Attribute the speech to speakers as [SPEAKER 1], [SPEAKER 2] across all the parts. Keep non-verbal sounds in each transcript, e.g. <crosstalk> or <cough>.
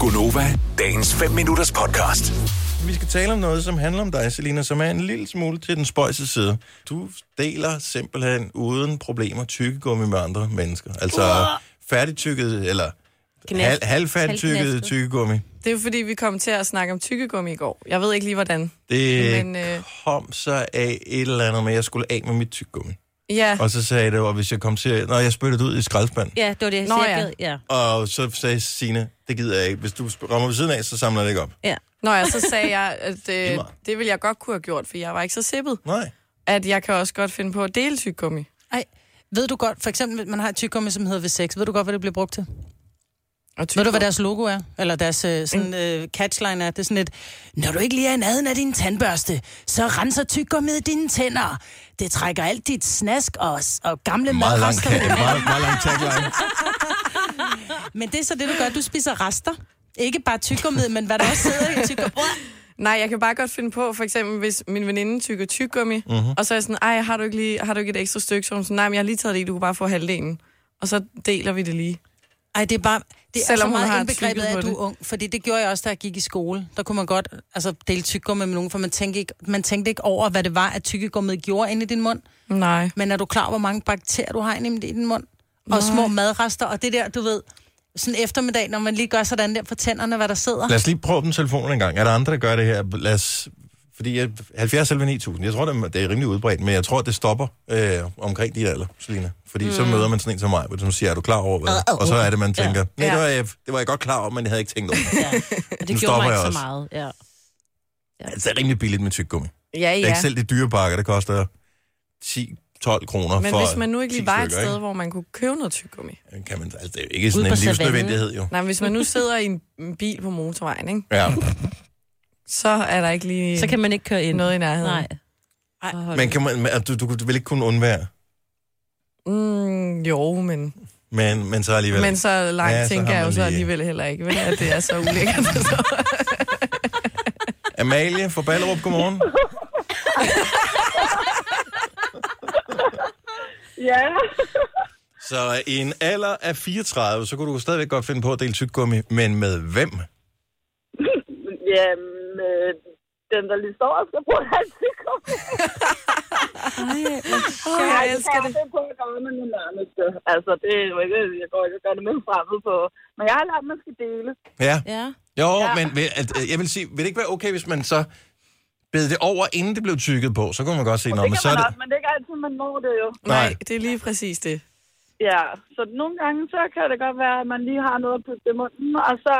[SPEAKER 1] Gunova, dagens 5 minutters podcast.
[SPEAKER 2] Vi skal tale om noget, som handler om dig, Selina, som er en lille smule til den spøjse side. Du deler simpelthen uden problemer tykkegummi med andre mennesker. Altså færdigtykket, eller hal-
[SPEAKER 3] Knæft.
[SPEAKER 2] halvfærdigtykket
[SPEAKER 3] Halvknæftet.
[SPEAKER 2] tykkegummi.
[SPEAKER 4] Det er jo fordi, vi kom til at snakke om tykkegummi i går. Jeg ved ikke lige, hvordan.
[SPEAKER 2] Det
[SPEAKER 4] Men, øh,
[SPEAKER 2] kom så af et eller andet med, at jeg skulle af med mit tykkegummi.
[SPEAKER 4] Ja,
[SPEAKER 2] Og så sagde det, og hvis jeg kom til... Når jeg spyttede det ud i skraldespanden.
[SPEAKER 3] Ja, det var det, jeg
[SPEAKER 4] Nå,
[SPEAKER 3] sagde.
[SPEAKER 4] ja.
[SPEAKER 3] Jeg gad- Ja.
[SPEAKER 2] Og så sagde Signe, det gider jeg ikke. Hvis du sp- rammer ved siden af, så samler jeg det ikke op.
[SPEAKER 3] ja.
[SPEAKER 4] Nå, ja, så sagde jeg,
[SPEAKER 2] <laughs>
[SPEAKER 4] at øh,
[SPEAKER 2] meget.
[SPEAKER 4] det ville jeg godt kunne have gjort, for jeg var ikke så sippet.
[SPEAKER 2] Nej.
[SPEAKER 4] At jeg kan også godt finde på at dele tykkegummi.
[SPEAKER 5] Ej, ved du godt, for eksempel, man har et tyggegummi, som hedder V6. Ved du godt, hvad det bliver brugt til?
[SPEAKER 4] Og
[SPEAKER 5] Ved du, hvad
[SPEAKER 4] tyggegummi.
[SPEAKER 5] deres logo er? Eller deres øh, sådan, øh, catchline er? Det er sådan et, når du ikke lige er i nærheden af din tandbørste, så renser tyggegummiet dine tænder. Det trækker alt dit snask og, og gamle
[SPEAKER 2] Meget lang,
[SPEAKER 5] madrester. ud.
[SPEAKER 2] meget, meget lang tagline.
[SPEAKER 5] Men det er så det, du gør. Du spiser rester. Ikke bare tyggegummiet, men hvad der også sidder i tyggegummiet.
[SPEAKER 4] Nej, jeg kan bare godt finde på, for eksempel, hvis min veninde tykker tyggegummi, mm-hmm.
[SPEAKER 2] Mhm.
[SPEAKER 4] og så er jeg sådan, ej, har du ikke, lige, har du ikke et ekstra stykke? Så er hun sådan, nej, men jeg har lige taget det i, du kan bare få halvdelen. Og så deler vi det lige.
[SPEAKER 5] Ej, det er bare... Det er
[SPEAKER 4] Selvom
[SPEAKER 5] så
[SPEAKER 4] hun har
[SPEAKER 5] meget indbegrebet
[SPEAKER 4] tygget
[SPEAKER 5] af,
[SPEAKER 4] på
[SPEAKER 5] at du
[SPEAKER 4] det.
[SPEAKER 5] er ung. Fordi det gjorde jeg også, da jeg gik i skole. Der kunne man godt altså, dele tyggegummi med nogen, for man tænkte, ikke, man tænkte ikke over, hvad det var, at tyggegummiet gjorde inde i din mund.
[SPEAKER 4] Nej.
[SPEAKER 5] Men er du klar, over, hvor mange bakterier du har inde i din mund? Og
[SPEAKER 4] Nej.
[SPEAKER 5] små madrester, og det der, du ved, sådan eftermiddag, når man lige gør sådan der for tænderne, hvad der sidder.
[SPEAKER 2] Lad os lige prøve den telefon en gang. Er der andre, der gør det her? Lad os... Fordi jeg, 70 selv 9000, jeg tror, det er, det er rimelig udbredt, men jeg tror, det stopper øh, omkring dit alder, Selina. Fordi mm. så møder man sådan en som mig, som siger, er du klar over hvad?
[SPEAKER 3] Øh, øh,
[SPEAKER 2] Og så er det, man tænker, ja. nej,
[SPEAKER 4] Ja.
[SPEAKER 2] det var, jeg, det var jeg godt klar over, men jeg havde ikke tænkt over det.
[SPEAKER 3] <laughs> ja. Og
[SPEAKER 2] Nu stopper
[SPEAKER 3] det gjorde mig
[SPEAKER 2] jeg
[SPEAKER 3] ikke
[SPEAKER 2] også.
[SPEAKER 3] så meget. Ja.
[SPEAKER 2] Altså, det er rimelig billigt med tyggegummi. Ja.
[SPEAKER 4] Ja,
[SPEAKER 2] Det er
[SPEAKER 4] ja.
[SPEAKER 2] ikke selv det dyre pakker, det koster 10-12 kroner
[SPEAKER 4] Men
[SPEAKER 2] for
[SPEAKER 4] hvis man nu ikke
[SPEAKER 2] 10
[SPEAKER 4] lige var et
[SPEAKER 2] stykker,
[SPEAKER 4] sted, hvor man kunne købe noget tyggegummi.
[SPEAKER 2] ikke? Kan man, altså, det er jo ikke sådan
[SPEAKER 3] Ude
[SPEAKER 2] en
[SPEAKER 3] på savannen.
[SPEAKER 2] livsnødvendighed,
[SPEAKER 3] <laughs>
[SPEAKER 2] jo.
[SPEAKER 4] Nej, men hvis man nu sidder i en en bil på motorvejen, ikke?
[SPEAKER 2] Ja.
[SPEAKER 4] så er der ikke lige
[SPEAKER 3] Så kan man ikke køre ind.
[SPEAKER 4] noget i nærheden.
[SPEAKER 3] Nej.
[SPEAKER 5] Ej.
[SPEAKER 3] Åh, hold
[SPEAKER 2] Men
[SPEAKER 3] op.
[SPEAKER 2] kan man, men, du, du, du vil ikke kunne undvære,
[SPEAKER 4] Mm, jo, men,
[SPEAKER 2] men, men så alligevel.
[SPEAKER 4] men så langt
[SPEAKER 2] Ja,
[SPEAKER 4] ja,
[SPEAKER 2] så
[SPEAKER 4] tænker
[SPEAKER 2] har
[SPEAKER 4] jeg
[SPEAKER 2] man
[SPEAKER 4] jo så
[SPEAKER 2] lige-
[SPEAKER 4] alligevel heller ikke, vel, at det er så ulækkert.
[SPEAKER 2] <laughs>
[SPEAKER 4] <laughs> Så.
[SPEAKER 2] Amalie fra Ballerup, godmorgen.
[SPEAKER 6] Ja, <laughs>
[SPEAKER 2] Så i en alder af 34, så kunne du stadigvæk godt finde på at dele tyggegummi, men med hvem?
[SPEAKER 6] jamen, øh, den der lige står og skal bruge hans sikkerhed.
[SPEAKER 4] Åh, jeg elsker det.
[SPEAKER 6] Det er på at gøre med min nærmeste. Altså, det er jo ikke, jeg går ikke og gør det med fremmed på. Men jeg har lært, at man skal dele.
[SPEAKER 2] Ja.
[SPEAKER 3] Ja.
[SPEAKER 2] Jo, ja. men vil, at, øh, jeg vil sige, vil det ikke være okay, hvis man så bed det over, inden det blev tykket på? Så kunne man godt se,
[SPEAKER 6] Og
[SPEAKER 2] nå,
[SPEAKER 6] det
[SPEAKER 2] men
[SPEAKER 6] kan
[SPEAKER 2] så er
[SPEAKER 6] man
[SPEAKER 2] det...
[SPEAKER 6] også, men det er ikke altid, man når det jo.
[SPEAKER 2] Nej.
[SPEAKER 4] Nej, det er lige præcis det.
[SPEAKER 6] Ja, så nogle gange, så kan det godt være, at man lige har noget at putte i munden, og så,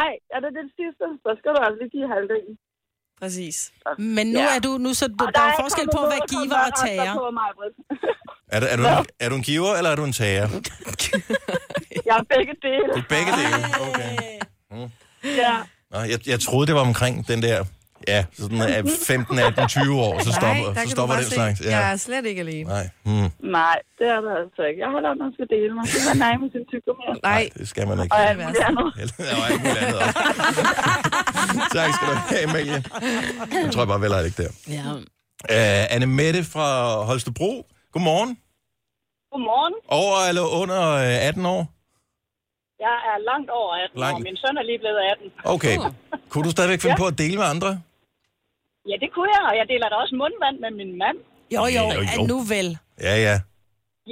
[SPEAKER 6] ej, er det det sidste? Så skal du altså lige give halvdelen.
[SPEAKER 4] Præcis.
[SPEAKER 5] Men nu
[SPEAKER 6] Ja.
[SPEAKER 5] er du, nu så du,
[SPEAKER 6] Og
[SPEAKER 5] der er
[SPEAKER 6] ikke
[SPEAKER 5] forskel
[SPEAKER 6] kommet
[SPEAKER 5] på,
[SPEAKER 6] noget
[SPEAKER 5] hvad giver og
[SPEAKER 6] konkurrencer
[SPEAKER 5] tager.
[SPEAKER 6] på mig, Britt. <laughs>
[SPEAKER 2] Er, du- er, du, en, er du en giver, eller er du en tager?
[SPEAKER 6] Jeg er begge dele.
[SPEAKER 2] Begge dele. Okay.
[SPEAKER 6] Ja.
[SPEAKER 2] Nå, jeg, jeg troede, det var omkring den der... Ja, sådan øh, af 15, 18, 20 år, så stopper,
[SPEAKER 4] der
[SPEAKER 2] så
[SPEAKER 4] kan
[SPEAKER 2] stopper
[SPEAKER 4] du bare
[SPEAKER 2] den
[SPEAKER 4] se,
[SPEAKER 2] slags.
[SPEAKER 4] Jeg
[SPEAKER 2] Ja.
[SPEAKER 4] er slet ikke alene.
[SPEAKER 2] Nej, hmm.
[SPEAKER 6] Nej, det er der altså ikke. Jeg har lært, at man skal dele. Man skal være nej med sin tykker.
[SPEAKER 4] Nej,
[SPEAKER 2] det skal man ikke.
[SPEAKER 6] Og alt muligt andet.
[SPEAKER 2] Eller- og alt muligt andet også. tak skal du have, Amalie. Jeg tror jeg bare, vel er det ikke der.
[SPEAKER 3] ja.
[SPEAKER 2] Uh, Anne Mette fra Holstebro. Godmorgen.
[SPEAKER 6] Godmorgen.
[SPEAKER 2] Over eller under øh, 18 år?
[SPEAKER 6] Jeg er langt over 18
[SPEAKER 2] Langt.
[SPEAKER 6] år. Min søn er lige blevet 18.
[SPEAKER 2] Okay.
[SPEAKER 3] Uh.
[SPEAKER 2] Kunne du stadigvæk finde på at dele med andre?
[SPEAKER 6] Ja, det kunne jeg, og jeg deler da også mundvand med min mand.
[SPEAKER 5] Jo, jo,
[SPEAKER 2] Jo, jo.
[SPEAKER 5] er nu vel.
[SPEAKER 2] Ja, ja.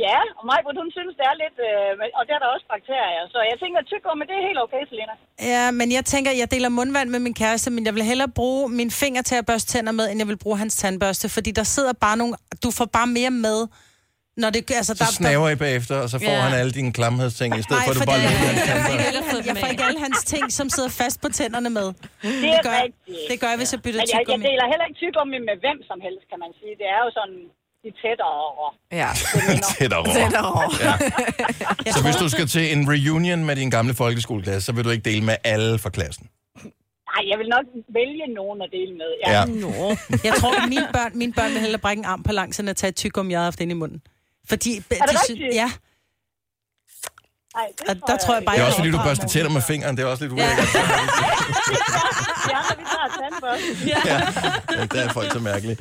[SPEAKER 6] Ja, og Majbrit, hun synes, det er lidt... Øh, men- og der er der også bakterier, så jeg tænker, at tykker, men det er helt okay, Selena.
[SPEAKER 5] Ja, men jeg tænker, jeg deler mundvand med min kæreste, men jeg vil hellere bruge min finger til at børste tænder med, end jeg vil bruge hans tandbørste, fordi der sidder bare nogle... Du får bare mere med, når det... Altså,
[SPEAKER 2] Så snaver I bagefter, og så får
[SPEAKER 3] Ja.
[SPEAKER 2] han alle dine klamhedsting, i stedet
[SPEAKER 5] Nej,
[SPEAKER 2] for at du
[SPEAKER 5] fordi
[SPEAKER 2] bare
[SPEAKER 5] jeg,
[SPEAKER 2] lægger den
[SPEAKER 5] jeg, <laughs> får
[SPEAKER 2] klamhed.
[SPEAKER 5] ikke alle hans- jeg får ikke alle hans ting, som sidder fast på tænderne med.
[SPEAKER 6] Det er
[SPEAKER 5] gør, jeg-
[SPEAKER 6] rigtigt.
[SPEAKER 5] det gør jeg, hvis jeg bytter
[SPEAKER 6] Men jeg, jeg
[SPEAKER 5] tyggegummi.
[SPEAKER 6] deler heller ikke tyggegummi med hvem som helst, kan man sige. Det er jo sådan de tættere over.
[SPEAKER 4] ja.
[SPEAKER 2] Tæt og
[SPEAKER 4] Det er
[SPEAKER 2] rå.
[SPEAKER 4] der over.
[SPEAKER 2] Så hvis du skal til en reunion med din gamle folkeskoleklasse, så vil du ikke dele med alle fra klassen.
[SPEAKER 6] Nej, jeg vil nok vælge nogen at dele med.
[SPEAKER 2] Ja.
[SPEAKER 3] Nå.
[SPEAKER 5] Jeg tror, at mine børn, mine børn vil hellere brække en arm på langs, end at tage et tyggegummi, jeg har haft inde i munden. Fordi, er det
[SPEAKER 6] rigtigt?
[SPEAKER 5] Ja,
[SPEAKER 6] Ej, det
[SPEAKER 5] og der tror jeg bare,
[SPEAKER 2] Det er
[SPEAKER 5] jeg
[SPEAKER 2] også fordi, du
[SPEAKER 5] overdrager
[SPEAKER 2] børster
[SPEAKER 5] mig.
[SPEAKER 2] tænder med fingeren. Det er også lidt ulækkert.
[SPEAKER 6] De andre, vi tager tandbørsten.
[SPEAKER 2] Ja, der er folk så mærkelige.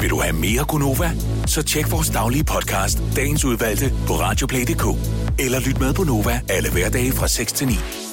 [SPEAKER 1] Vil du have mere Gunova? Så tjek vores daglige podcast, dagens udvalgte, på radioplay.dk. Eller lyt med på Nova alle hverdage fra 6 til 9.